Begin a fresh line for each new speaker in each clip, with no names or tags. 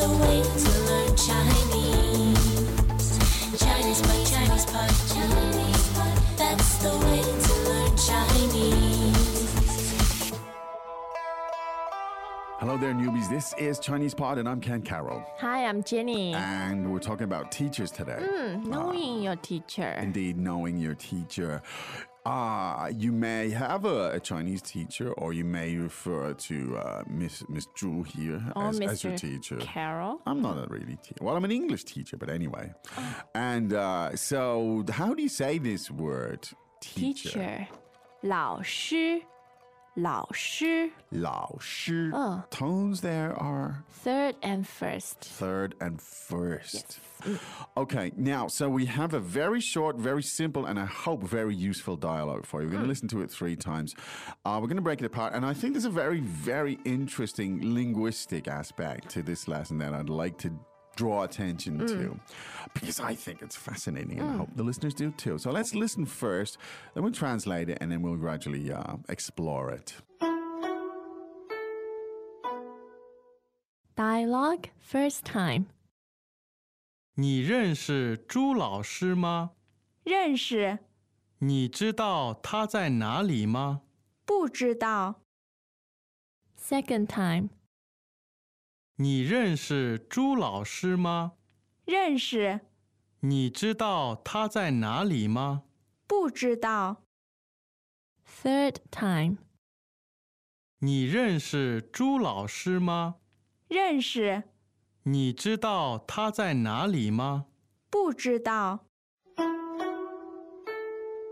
a way to learn Chinese. Chinese pot, Chinese pot, Chinese pot. That's the way to learn Chinese.
Hello there, newbies. This is Chinese Pod, and I'm Ken Carroll.
Hi, I'm Jenny.
And we're talking about teachers today.
Knowing your teacher.
Indeed, knowing your teacher. Ah, you may have a, a Chinese teacher, or you may refer to uh, Miss Miss Zhu here
Or
as,
Mr.
as your teacher.
Oh, Carol.
I'm not a really teacher. Well, I'm an English teacher, but anyway. And uh, so, how do you say this word?
Teacher. 老师，老师。
Lao shi.
Oh.
Tones there are
Third and first.
third and first. Okay, now, so we have a very short, very simple, and I hope very useful dialogue for you. We're going to listen to it three times. Uh, we're going to break it apart, and I think there's a very, very interesting linguistic aspect to this lesson that I'd like to draw attention to because I think it's fascinating, and I hope the listeners do too. So let's listen first, then we'll translate it, and then we'll gradually uh, explore it.
Dialogue first time.
你认识朱老师吗？
认识，
你知道他在哪里吗？
不知道，
Second time.
你认识朱老师吗？
认识，
你知道他在哪里吗？
不知道，
Third time.
你认识朱老师吗？
认识，
你知道他在哪里吗？
不知道，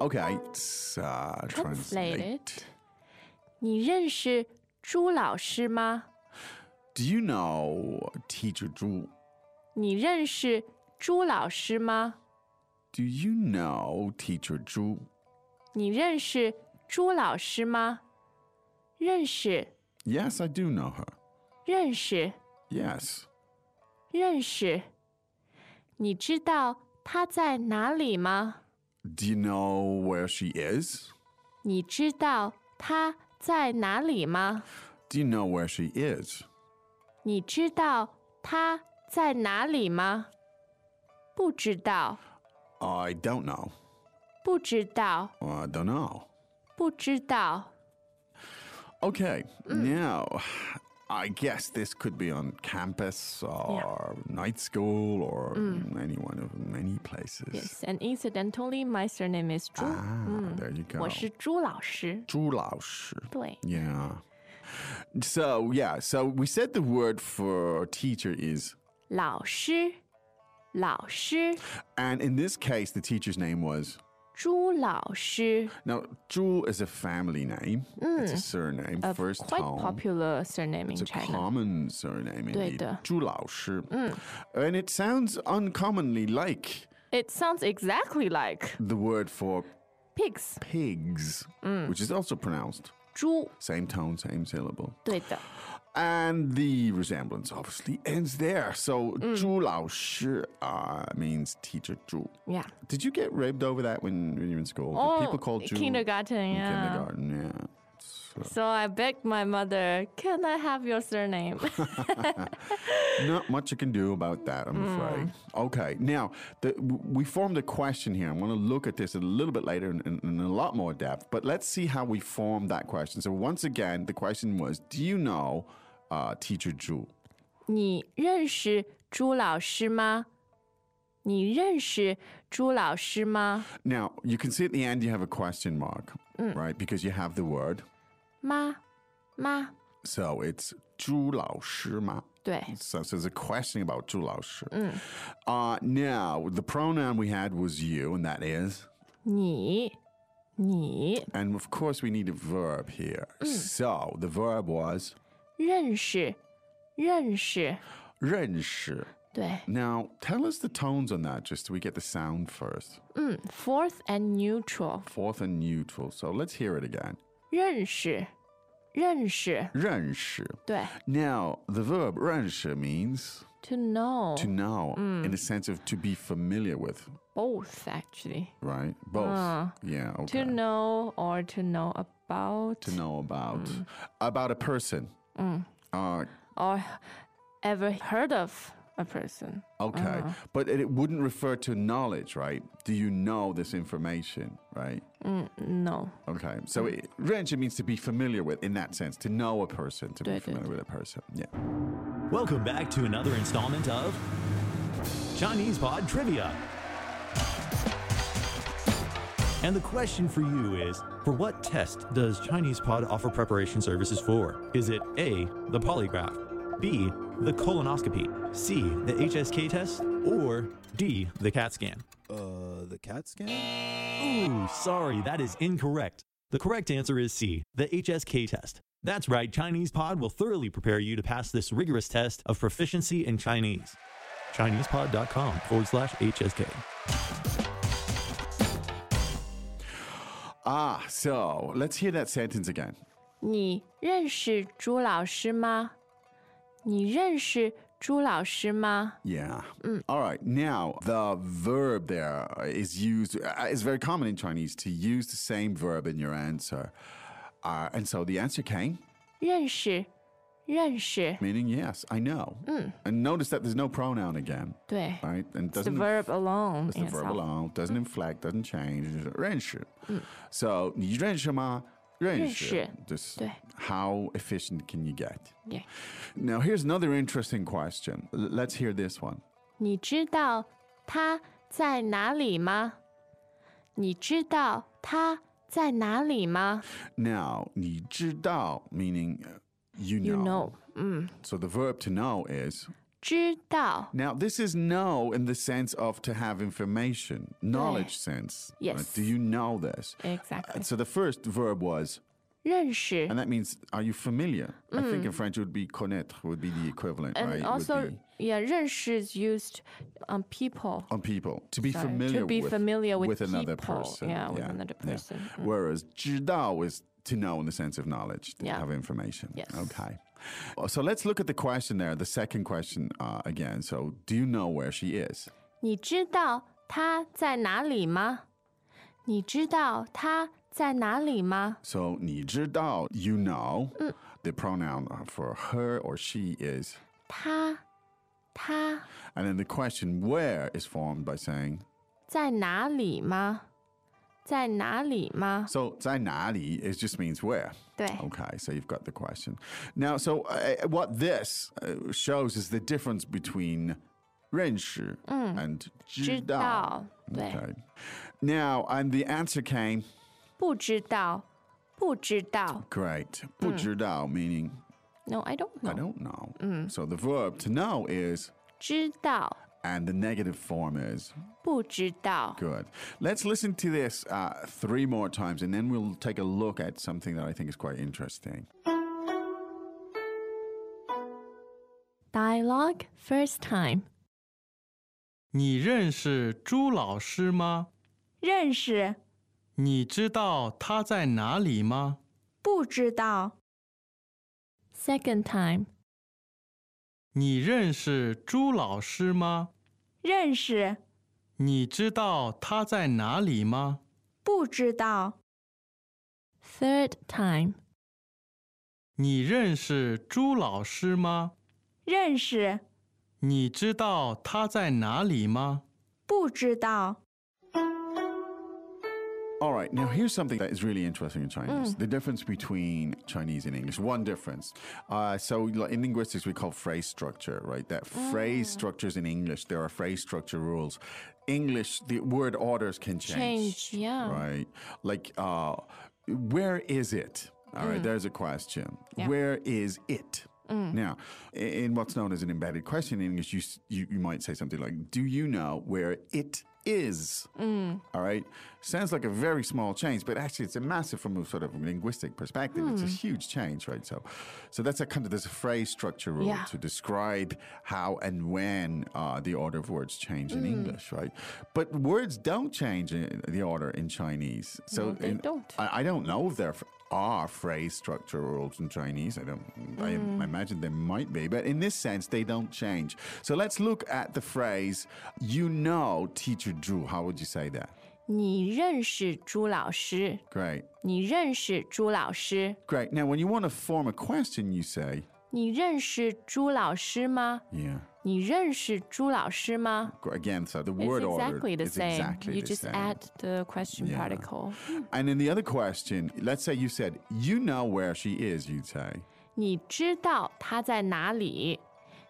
Okay, it's, uh,
Translate
translate.
it. 你认识朱老师吗？
Do you know Teacher Zhu?
你认识朱老师吗？
Do you know Teacher Zhu?
你认识朱老师吗？认识，
Yes, I do know her.
认识。
Yes.
认识。你知道他在哪里吗？
Do you know where she is?
你知道他在哪里吗？
Do you know where she is?
你知道他在哪里吗？不知道，
I don't know.
不知道，
I don't know.
不知道。
Okay, now I guess this could be on campus or night school or any one of many places.
Yes, and incidentally, my surname is 朱，
Ah, there you go.
我是朱老师。
Zhu Laoshi.
对，
Yeah. So yeah, so we said the word for teacher is,
老师，老师，
and in this case, the teacher's name was.
朱老师
Now, Zhu is a family name. It's a surname.
Mm. a
first
quite
tone.
popular surname
It's a
in China. Mm.
common surname indeed.
对的。
Zhu Laoshi. And it sounds uncommonly like
It sounds exactly like
the word for
pigs.
pigs,
Mm.
which is also pronounced
猪，
same tone, same syllable.
对的，
And the resemblance obviously ends there. So
Mm.
Zhu Lao Shi uh, means teacher Zhu.
yeah. Oh，
Did you get ribbed over that when, when you were in school? Did people called Zhu
kindergarten,
in
yeah.
kindergarten, yeah. So-
So I begged my mother, "Can I have your surname?"
Not much you can do about that, I'm
Mm.
afraid. Okay, now the, w- we formed a question here. I'm going to look at this a little bit later in, in, in a lot more depth, but let's see how we formed that question. So, once again, the question was Do you know uh, Teacher Zhu?
你认识朱老师吗？你认识朱老师吗？
Now, you can see at the end you have a question mark,
Mm.
right? Because you have the word.
妈，妈，
So, it's Zhu Lao Shi Ma.
对，
So, so there's a question about Zhu Lao Shi. Uh, now, the pronoun we had was you, and that is.
你，你
And of course, we need a verb here. So the verb was
认识，认识，
认识.
对，
Now, tell us the tones on that just so we get the sound first.
嗯，fourth and neutral，
Fourth and neutral. So let's hear it again.
认识，认识，
认识.
对
Now, the verb 认识 means
，to know
to know in the sense of to be familiar with,
both actually,
right? Both.
Uh,
yeah, okay.
to know or to know about.
To know about about a person. Uh,
or ever heard of a person.
Okay,
Uh-huh.
but it, it wouldn't refer to knowledge, right? Do you know this information, right?
Mm, no.
Okay, so
Mm.
it, renche means to be familiar with in that sense, to know a person, to be
Right,
familiar
right.
with a person. Yeah.
Welcome back to another installment of Chinese Pod Trivia. And the question for you is For what test does Chinese Pod offer preparation services for? Is it A, the polygraph, B, the colonoscopy, C, the HSK test, or D, the CAT scan?
Uh, the cat scan?
Ooh, sorry, that is incorrect. The correct answer is C, the HSK test. That's right, Chinese Pod will thoroughly prepare you to pass this rigorous test of proficiency in Chinese. ChinesePod.com forward slash HSK.
Ah, so let's hear that sentence again.
你认识朱老师吗？你认识朱老师吗？
Yeah.
Mm.
All right. Now, the verb there is used, uh, it's very common in Chinese to use the same verb in your answer. Uh, and so the answer came,
认识，认识，
meaning yes, I know. And notice that there's no pronoun again,
对
right? And
Mm. ，the
doesn't
verb alone，
It's the
in
verb
itself
alone. Doesn't
Mm.
inflect, doesn't change. it's just 认识. So, 你认识吗?认识.
认识。
Just
对。
how efficient can you get?
Yeah.
Now, here's another interesting question. L- let's hear this one.
你知道他在哪里吗？你知道他在哪里吗
Now, 你知道, meaning uh, you know.
？You know，嗯，
So the verb to know is.
知道
Now, this is know in the sense of to have information, knowledge sense. right?
Yes.
Do you know this?
exactly，
And so the first verb was
认识
And that means, are you familiar? I think in French it would be connaître, would be the equivalent, right?
Mm. and
It would
also
be
yeah，认识 is used on people。
on people to be
Sorry, to
familiar
be
with,
familiar with
another
people,
person.
yeah, with another person. Mm.
Whereas 知道 is to know in the sense of knowledge, to
Yeah.
have information.
Yes.
Okay. Oh, So let's look at the question there, the second question uh, again. So, do you know where she is?
你知道他在哪里吗？你知道他在哪里吗？
So, 你知道, you know,
Mm.
the pronoun for her or she is.
他他
And then the question where is formed by saying
在哪里吗？在哪里吗？
So 在哪里 is just means where.
对
Okay, so you've got the question. Now, so uh, what this uh, shows is the difference between 认识 and
知道对
Okay. Now, and the answer came
不知道，不知道。
great. 不知道 meaning
No, I don't know.
I don't know. So the verb to know is
知道，
and the negative form is
不知道。
good. Let's listen to this uh, three more times, and then we'll take a look at something that I think is quite interesting.
Dialogue first time.
你认识朱老师吗？
认识，
你知道他在哪里吗？
不知道，
Second time.
你认识朱老师吗？
认识，
你知道他在哪里吗？
不知道，
Third time.
你认识朱老师吗？
认识，
你知道他在哪里吗？
不知道，
All right, now here's something that is really interesting in Chinese the difference between Chinese and English. One difference. Uh, so, like, in linguistics, we call phrase structure, right? That phrase structures in English, there are phrase structure rules. English, the word orders can change.
Change, yeah.
Right? Like, uh, where is it? All right, there's a question. Where is it? Now, i- in what's known as an embedded question in English, you, s- you, you might say something like, Do you know where it is? All right. Sounds like a very small change, but actually it's a massive from a sort of linguistic perspective. It's a
Hmm.
huge change, right? So so that's a kind of there's a phrase structure rule
Yeah.
to describe how and when uh, the order of words change
Hmm.
in English, right? But words don't change in, the order in Chinese. So
No, they
in-
don't.
I, I don't know if there f- are phrase structure rules in Chinese. I don't. I
Hmm.
im- I imagine there might be, but in this sense, they don't change. So let's look at the phrase. You know, teacher Drew. How would you say that?
你认识朱老师？
Great,
你认识朱老师？
great. Now, when you want to form a question, you say
你认识朱老师吗？
Yeah.
你认识朱老师吗
Go- Again, so the
It's
word
exactly
order
the
is
same.
exactly
you
the
just
same.
add the question
Yeah.
particle.
And in the other question, let's say you said, "You know where she is," you'd say,
你知道他在哪里？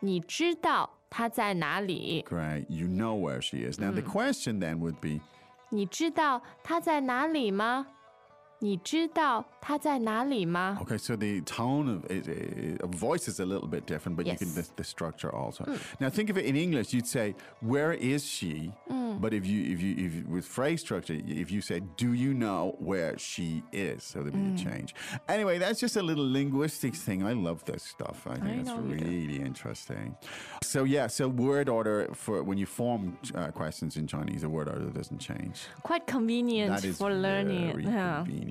你知道他在哪里？
"Great, you know where she is." Now the
Mm.
question then would be,
你知道他在哪里吗？你知道他在哪里吗？
Okay, so the tone of, is, uh, of voice is a little bit different, but you can
Yes. Hmm.
the, the structure also. Now think of it in English. You'd say, "Where is she?"
Hmm.
But if you if you if you- with phrase structure, if you say, "Do you know where she is?" So there'd be
Hmm.
a change. Anyway, that's just a little linguistics thing. I love this stuff. I think it's
know you do.
really interesting. So yeah, so word order for when you form uh, questions in Chinese, the word order doesn't change.
Quite convenient
That is
for learning.
Very
Yeah. Mm.
convenient.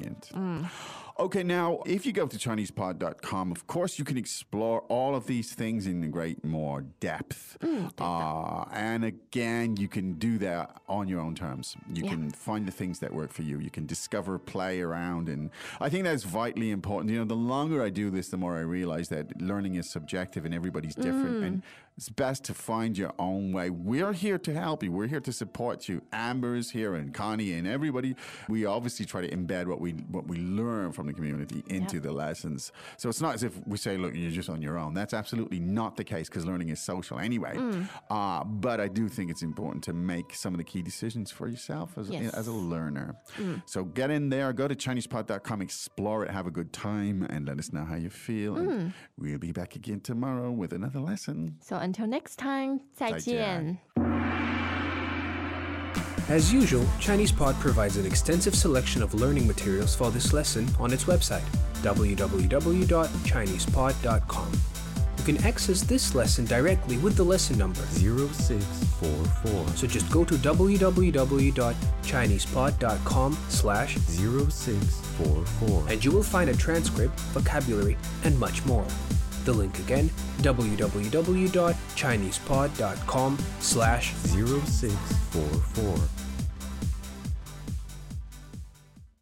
Okay, now if you go to ChinesePod.com, of course you can explore all of these things in great more
Mm,
depth. uh, and again, you can do that on your own terms. You can find the things that work for you. You can discover, play around, and I think that's vitally important. You know, the longer I do this, the more I realize that learning is subjective and everybody's different.
Mm.
And it's best to find your own way. We're here to help you. We're here to support you. Amber is here and Connie and everybody. We obviously try to embed what we what we learn from the community into the lessons. So it's not as if we say, look, you're just on your own. That's absolutely not the case because learning is social anyway. Uh, but I do think it's important to make some of the key decisions for yourself as,
Yes.
as a learner. So get in there, go to ChinesePod.com, explore it, have a good time, and let us know how you feel. And we'll be back again tomorrow with another lesson.
So until next time，再
再见
见。
As usual, ChinesePod provides an extensive selection of learning materials for this lesson on its website, www.chinesepod.com. You can access this lesson directly with the lesson number,
0644
so just go to www.chinesepod.com slash
0644.
and you will find a transcript, vocabulary, and much more. The link again, www.chinesepod.com slash
0644.